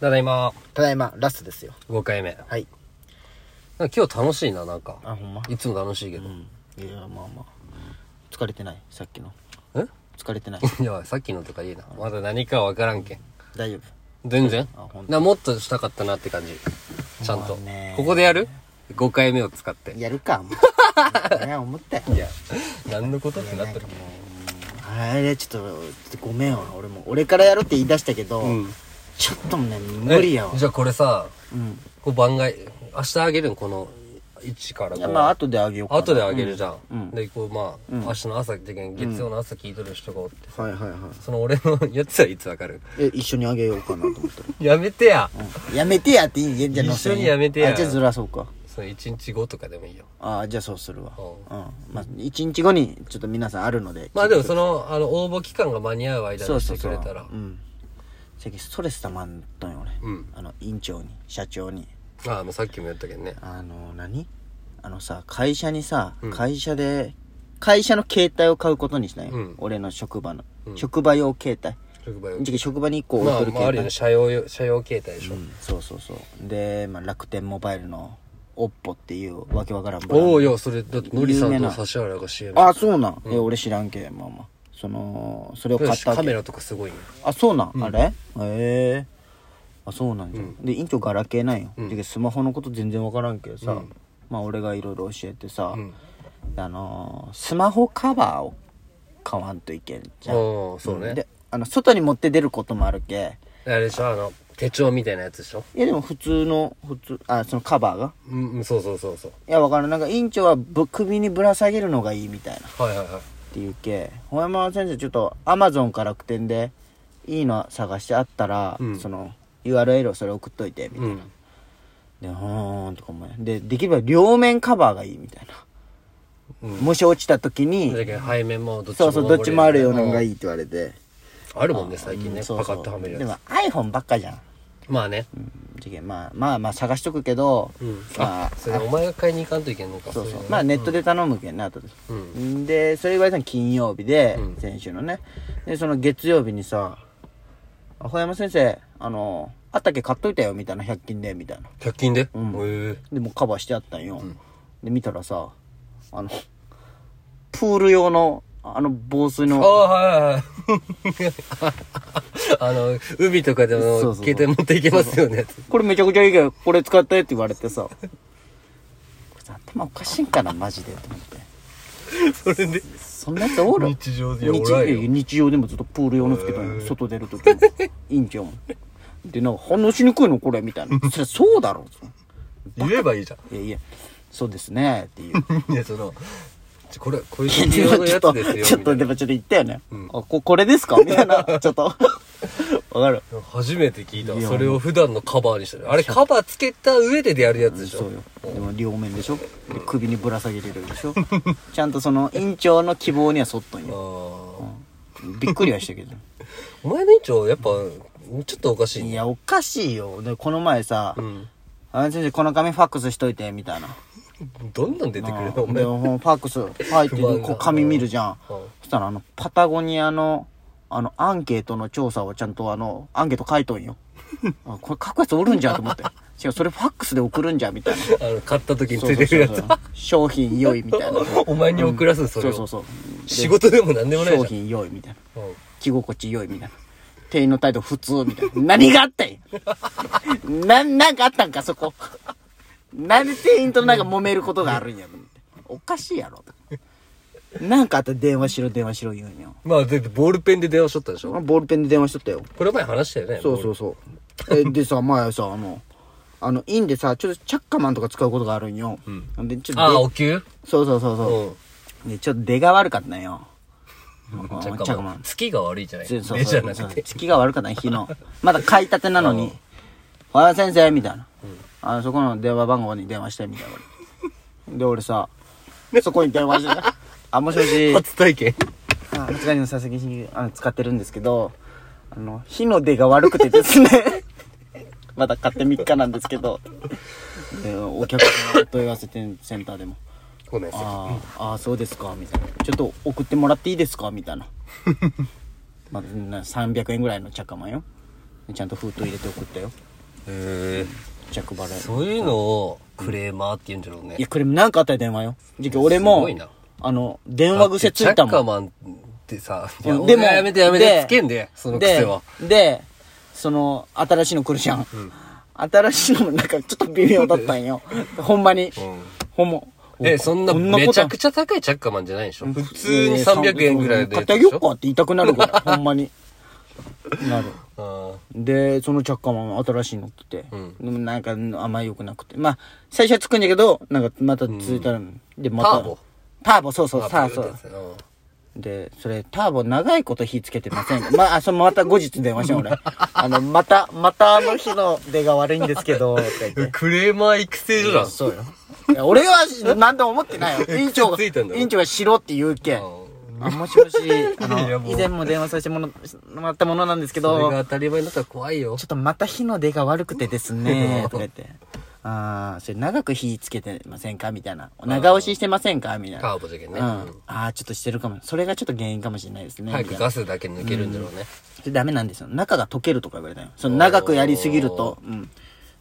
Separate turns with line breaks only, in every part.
ただいま、
ただいまラストですよ
5回目。
はい
なんか今日楽しいな、なんか。
あほんま
いつも楽しいけど
う。んいやまあまあ疲れてないさっきの
え
疲れてない
いや、さっきのとかいいな。まだ何かわからんけん。
大丈夫
全然
あほんと
なもっとしたかったなって感じ。ちゃんと
まあね。
ここでやる ?5 回目を使って。
やる かもういや思ったよ
いや、 何のことってなっ
なん
て
か
る
も。ううんあれちょっとちょっとごめんわ俺も俺からやろうって言い出したけど、
うん
ちょっとね無理やわ
えじゃあこれさ、
うん
こう番外、明日あげるんこの1から
いやま
5。
あ後であげようかな
後であげるじゃん。
うん
で、こうまあ、明日の朝、で月曜の朝聞いとる人がおって。
はいはいはい
その俺のやつはいつわかる
え一緒にあげようかなと思ったら
やめてや、
うんやめてやっていいんじゃ載せん
一緒にやめてや
あじゃあずらそうか
その1日後とかでもいいよ
ああじゃあそうするわ
う
うんまあ1日後にちょっと皆さんあるので
まあでもそのあの応募期間が間に合う間
そ
に
う
し
そ
て
う
く
そう
れたら
うん最近ストレスたまんとんよ俺、
うん
あの院長に社長に
ああもうさっきも言ったけどね
あの何あのさ会社にさ、
うん
会社で会社の携帯を買うことにしない、
うん
俺の職場の、
うん
職場用携帯
職場用
じゃあ職場に1個置い
まあ
とる
まああ
携
るよね
帯、
社用用社用携帯でしょ、
うんそうそうそうで、まあ、楽天モバイルの OPPO っていうわけわからんブランド
おおいやそれだってのりさん
有名
と
な
指原が CM
あそうなん、え俺知らんけまあまあそのそれを買ったわ
カ
け
メラとかすごいね
あそうなん、あれへえあそうなんじゃ、
うん
で院長ガラケーなんよ、
うん
でスマホのこと全然分からんけどさ、
うん
まあ俺がいろいろ教えてさ、
うん
あのースマホカバーを買わんといけんじ
ああ
ゃん
そうね
であの外に持って出ることもあるけ
あれでしょあの手帳みたいなやつでしょ
いやでも普通の普通あそのカバーが
うんうんそうそうそうそう
いや分からんなんか院長はぶ首にぶら下げるのがいいみたいな
はいはいはい
っていうけ本山先生ちょっとアマゾンか楽天でいいの探してあったら、
うん
その URL をそれ送っといてみたいな、
うん
で「ほーん」とか思いでできれば両面カバーがいいみたいな、
うん
もし落ちた時に
だけど背面もどっち
そう
も
そうどっちもあるようなのが
い
いいって言われて、
あるもんね最近ね、
うんそう
パ
そ
カ
う
ッとはめる
で
や
も
つ
iPhone ばっかじゃん、
まあね
じゃけまあまあまあ探しとくけど、
うんあ
まあ
それお前が買いに行かんといけんのか
そうそう
れは
まあネットで頼むけんな後で、
うん
んでそれ言われたの金曜日で、
うん
先週のねでその月曜日にさ「あほ山先生あのあったっけ買っといたよ」みたいな100均でみたいな
100均で
うん
へえ
でもうカバーしてあったんよ、で見たらさあのプール用のあの防水
ああ
の
はいはいはいあの海とかで
そうそ
も
うそう
携帯持っていけますよね
これめちゃくちゃいいけどこれ使ってって言われてさ これ頭おかしいんかなマジでと思って
それで
そんなやつおる
日常でいや
日
おらんよ
常日常でもずっとプール用のつけたのよ外出るときも院長もでなんか話しにくいのこれみた いなそりゃそうだろ
言えばいいじゃ
いやいやそうですねっていう
んいやそのちょこれこれ
ち
日
ょ
常
っ
の
と
やつですよ
ちょっ
みた
と
いな
でもちょっと言ったよね、あここれですかみたいなちょっとわかる
初めて聞いたわ
いや
それを普段のカバーにしてるあれカバーつけた上ででやるやつでしょ
そうよでも両面でしょで首にぶら下げれるでしょちゃんとその院長の希望には沿っとん
あ
よ
ー
びっくりはしたけど
お前の院長やっぱちょっとおかしい
い
ね
やおかしいよでこの前さ
うん
「あ先生この紙ファックスしといて」みたいな
どんなん出てくる
う
のお
ん
前
でもうファックス入って
不満が
こう紙見るじゃん、
うん
そしたらあのパタゴニアのあのアンケートの調査をちゃんとあのアンケート書いと んよあこれ書くやつおるんじゃんと思って違うそれファックスで送るんじゃんみたいな
あの買った時についてるや
そう
つ
そうそう商品用意みたいな
お前に送らすそ
そ
れ
うそ
を
うそう
仕事でも何でもないじゃ
商
ん
品用意みたいな
うん
着心地良いみたいな。店員の態度普通みたいな。何があったんやな、なんかあったんか、そこ。なんで店員となんか揉めることがあるんやと思って。おかしいやろ。なんかあったら電話しろ、電話しろ言うんよ。
まあ、でボールペンで電話しとったでしょ
ボールペンで電話しとったよ。
これ前話したよね。
そうそうそう。え、でさ、前さ、あの、あの、インでさ、ちょっとチャッカマンとか使うことがあるんよ。で、ちょっと
ああ、
で
お給
そうそうそう
う
そ
ん。
う。で、ちょっと出が悪かったんよ。
ちゃ
チャッカマン。
月が悪いじゃない
そう
で
そ う
じ
そ
ゃ
う
な
そう
く て。
月が悪かったね日のまだ買いたてなのに「おはよう先生」みたいな、あのそこの電話番号に電話してみたいなで俺さそこに電話して「あもしも し
初体験
あ間違いの佐々木氏あの使ってるんですけどあの日の出が悪くてですね まだ買って3日なんですけどでお客さんのお問い合わせセンターでも
ごめんなさ
あーあーそうですかみたいなちょっと送 ってもらっていいですかみたいなまあな300円ぐらいのチャカマンよちゃんと封筒入れて送ったよ
へ
着払
え
い
そういうのをクレーマーって言うんだろうね
いやこれなんかあったよ電話よじゃあ俺
す
も
ごいな
あの電話癖つい
だ
た
ってチャッカ
もん
マンってさ、い
うん
やでもやめてやめてつけんで、その癖は。
ででその新しいの来るじゃん、新しいのもなんかちょっと微妙だったん よほんまに、ほんま
え、そんなめちゃくちゃ高いチャッカマンじゃないでしょ普通に300円ぐらいで
買ってあげよっかって言いたくなるぐらいほんま になる
あ
でそのチャッカマン新しいの来て、
ん
でもなんかあんま良くなくてまあ最初はつくんだけどなんかまた続いたら、でまた
ターボ
ターボそうそう
あ。
ター
そ
ボ
うですよ
で、それ、ターボ長いこと火つけてません。 まあ、そのまた後日電話しよう、俺。 あの、また、またあの日の出が悪いんです けど、って言って。
クレーマー育成所だ。
そうよ。いや俺は、なんとも思っ てないよ。委員長が、
つい
委
たんだろ
員長がしろって言うけん。
うん
あ、もしもし、あ
いや
の、
もう
以前も電話させてもらもらったものなんですけ
そ
ど
れ、が当たり前になったら怖いよ
ちょ。っとまた火の出が悪くてですね、とか言って。ああ、それ長く火つけてませんかみたいな。長押ししてませんかみたいな。
ターボじゃけんね。
うん。ああー、ちょっとしてるかも。それがちょっと原因かもしれないですね。
早
みた
く
いな
ガスだけ抜けるんだろうね。
でダメなんですよ中が溶けるとか言われたよその長くやりすぎると、うん、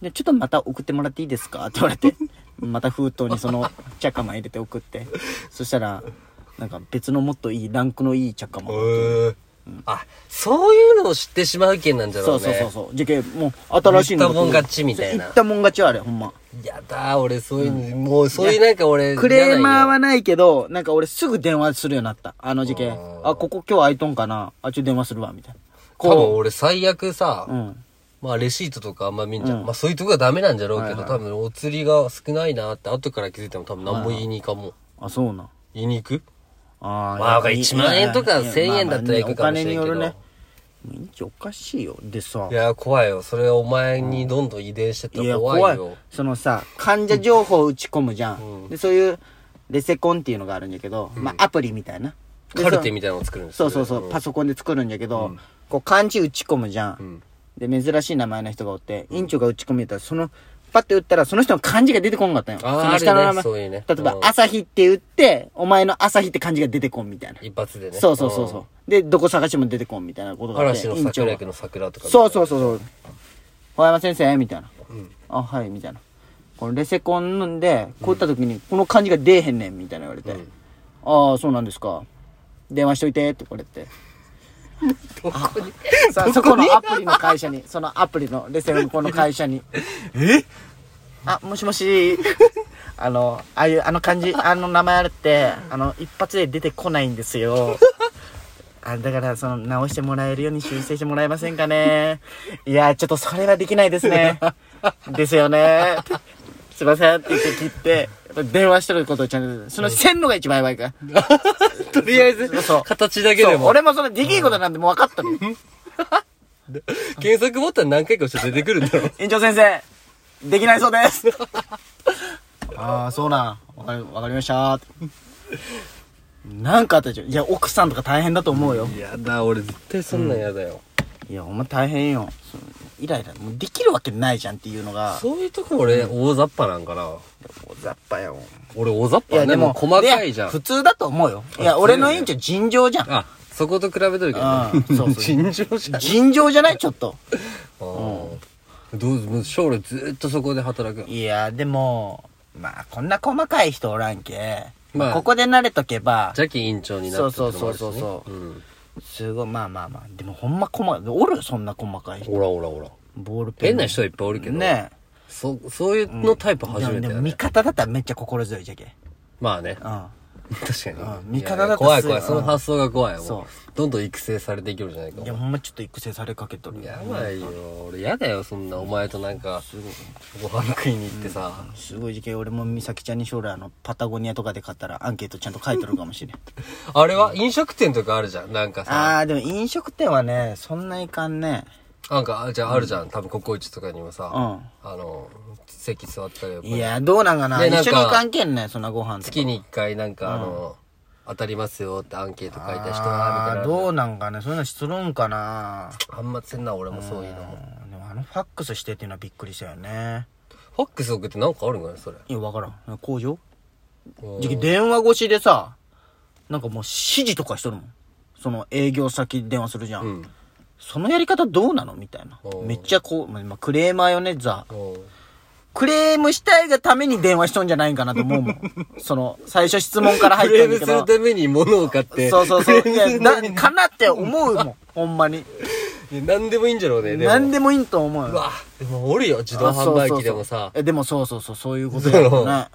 でちょっとまた送ってもらっていいですかって言われて また封筒にそのチャッカマン入れて送ってそしたらなんか別のもっといいランクのいいチャッカマン、
へえあ、そういうのを知ってしまうけんなんじゃ
そ
ろ
う
うね。
そうそうそうじゃけもう新しいの
言った
が来る
もん勝ちみたいな
そう言ったもん勝ちはあれほんま
やだ、俺そういうの、もうそういうなんか俺、
クレーマーは
ね。
ないけどなんか俺すぐ電話するようになったあの事件
あー
あここ今日空いとんかなあちょっと電話するわみたいな
多分俺最悪さ、
うん
まあレシートとかあんま見んじゃん。まあそういうとこがダメなんじゃろうけど、多分お釣りが少ないなって後から気づいても多分何も言いに行かんもん。
あそうなん
言いに行く
あ
まあ
やっぱいい
1万円とか
いや
1000円だったら
まあま
行
あ
くかもしれんけど
お金によるね。もう院長おかしいよ。でさ
い、や、怖いよ。それお前にどんどん遺伝してった
いや
ら怖いよ。
そのさ、患者情報を打ち込むじゃん。で、そういう、レセコンっていうのがあるんだけど、まあアプリみたいな。で
カルテみたいなのを作るんです
そ
よ
うそうそう、パソコンで作るんだけど、こう漢字打ち込むじゃん。で、珍しい名前の人がおって、院長が打ち込みやったら、その、パッて打ったら、その人の漢字が出てこんかったんよ。
あー
その下の
あ
名
るねそうい
前。
う
例
ね
えば
う、ん
朝日って打って、お前の朝日って漢字が出てこんみたいな。
一発でね。
そうそうそうそう。で、どこ探しても出てこんみたいなこ
う
と
ん。
があって。
嵐の
院長
桜
が
役の桜とか。
そうそうそうそう。小山先生みたいな。あ、はい、みたいな。このレセコンんで、こういった時に、この漢字が出えへんねん、みたいな言われて。ああ、そうなんですか。電話しといて、って言われて。さあ、そこのアプリの会社に、そのアプリのレセコンの会社に。
え
あ、もしもし。 あの、ああいう、あの 漢字、あの名前あれって、あの、一発で出てこないんですよ。 あだから、その、直してもらえるように修正してもらえませんかね。いや、ちょっとそれはできないです ね。ですよね。すいませんって言って切って、電話してることをちゃんと、その線路が一番やばいから。
とりあえず
そう、
形だけ
そ
で
う、
も。
俺もそのできいことなんてもう分かったのよ。
検索ボタン何回か押して出てくるんだろ。
院長先生、できないそうです。 ああ、そうなん。わかり、わかりました。なんかあったでしょ。いや、奥さんとか大変だと思うよ。
やだ、俺絶対そんなんやだよ。
いや、お前大変よ。そのイライラ。もうできるわけないじゃんっていうのが。
そういうとこ俺、大雑把なんかな。
大雑把よ。
俺大雑
い
把
や、で
で
も
も、細かいじゃ
や
ん。
普通だと思うよ。いや、
普通
俺の院長尋常じゃん。
あ、そこと比べとるけどね
うんそう そう。
尋常じゃん。
尋常じゃないちょっと。
うん。どうぞもう将来ずっとそこで働く。
いや、でも、まあ、こんな細かい人おらんけ。
ま
まあ、
あ
ここで慣れとけば。
邪気委員長になったってのもあるしね
そうそうそうそうそう
うん。
すごい、まあまあまあ。でもほんま細かい。おるそんな細かい人。
ほらほらほら。
ボールペン。
変な人はいっぱいおるけど。
ねえ。
そ、そういうのタイプ初めて
で
だ
も
ね
味。方だったらめっちゃ心強いじゃけ。
まあね。
う
確かに
うん。
いや
味方だと
怖い
す
怖い。その発想が怖い。
そう
もうどんどん育成されていけるじゃないか
ん。い。や、ほんまちょっと育成されかけとる。
やばいよ。俺やだよ、そんなお前となんか、
すごい。
ご飯食いに行ってさ。
すごい事件俺も美咲ちゃんに将来あのパタゴニアとかで買ったらアンケートちゃんと書いてるかもしれ ん
あれは飲食店とかあるじゃん。なんかさ。
あーでも飲食店はねそんないかんね
なんか、あじゃああるじゃん。多分ココイチとかにもさ。
う
あの、席座ったらやっぱり
いやどうなんかな
ねなん
一
か
緒にいかんけんねそんなご飯とか
月に一回なんかあの、当たりますよってアンケート書いた人は、み
あ
た
ー
いな。
どうなんかねそういうのしつるんかな
あんませんな、俺もそういうのも。
うんでもあのファックスしてっていうのはびっくりしたよね
ファックス送ってなんかあるんかね、それ。
いやわからん工場
うん
じゃ電話越しでさなんかもう指示とかしとるもんその営業先電話するじゃん、
うん
そのやり方どうなのみたいな
う。ん
めっちゃこう、まあまあ、クレーマーよね、ザ。
うん
クレームしたいがために電話しとんじゃないんかなと思うも ん。その、最初質問から入
ク
った
レー
んだ
ム
け
す
ど
る。ために物を買って。
そうそうそう。
ク
い
レームす
や、
るため
な、
に
かなって思うもん。ほんまに。
いや何でもいいんじゃろうね。でも
何でもいいんと思うよ。
うわ、でもおるよ、自動販売機でもさ
そうそうそう。えでもそうそうそうそういうことだよね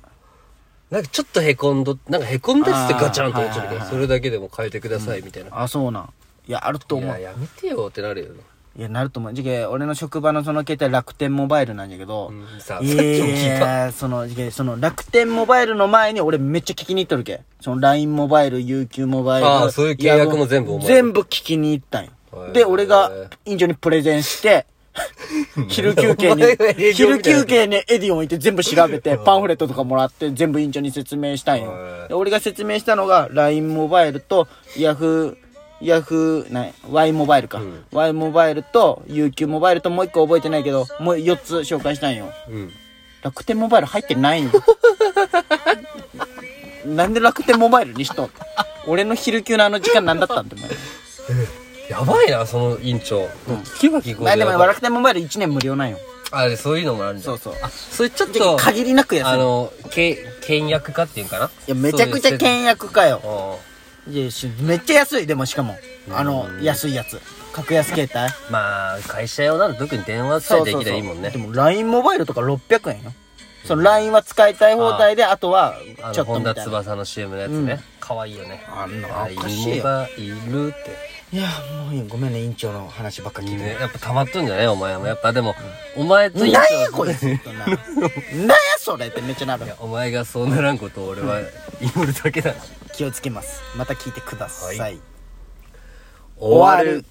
なんかちょっとへこんど、なんかへこんだっつってガチャンと落ちる
あーは
か
いはいは
ら、
い
それだけでも変えてください、みたいな。
あそうなんいやあると
い
思
や、
ういや
やめてよってなるよね。
なると思うじゃけ俺の職場のその携帯楽天モバイルなんやけど、
うんささ
い
っきも聞いた
やそのじゃけその楽天モバイルの前に俺めっちゃ聞きに行っとるけその LINE モバイル UQ モバイル
あーそういう契約も全部お前
全部聞きに行ったんよ
へー
で俺が院長にプレゼンして 昼休憩
お前が営業みたい
に、
な
昼休憩にエディオン行って全部調べて、パンフレットとかもらって全部委員長に説明したん
は
よ。
い
で俺が説明したのが、LINE モバイルと、ヤフー、ヤフー、ない、Y モバイルか。Y モバイルと、UQ モバイルともう一個覚えてないけど、もう4つ紹介したんよ。
うん。
楽天モバイル入ってないん よ。なんで楽天モバイルにしとん俺の昼休のあの時間なんだったんだよ。
やばいな、その委員長。聞けば聞こ
まあでも
う
楽天モバイル1年無料なんよ。
あ、でそういうのもあるんだ。
そうそう。
あ、それちょっ
じゃ
と
あ、限りなく安い。
あの、け、倹約家っていうんかない
や、めちゃくちゃ
約。
倹約かよ。
うん
いや、しめっちゃ安い、でもしかも。あの、安いやつ。格安携帯。
まあ、会社用なら特に電話さえできりゃいいもんね
で。も LINE モバイルとか600円よ。その LINE は使いたい放題で、あとは
あ、
ち
の、
ょっと
本
み
田
たいな。
翼の CM のやつね。可愛いよね。
あんな
あ
おかしいよ
犬がいるって。
いや、もういいよごめんね、委員長の話ばっか聞いて。
ね、やっぱ溜まっとんじゃないお前も。やっぱでも、お前と
なん
一
や
緒
こいつってな。なんやそれってめっちゃなる。
お前がそうならんことを俺は祈るだけだ。
気をつけます。また聞いてください。
はい
終わる。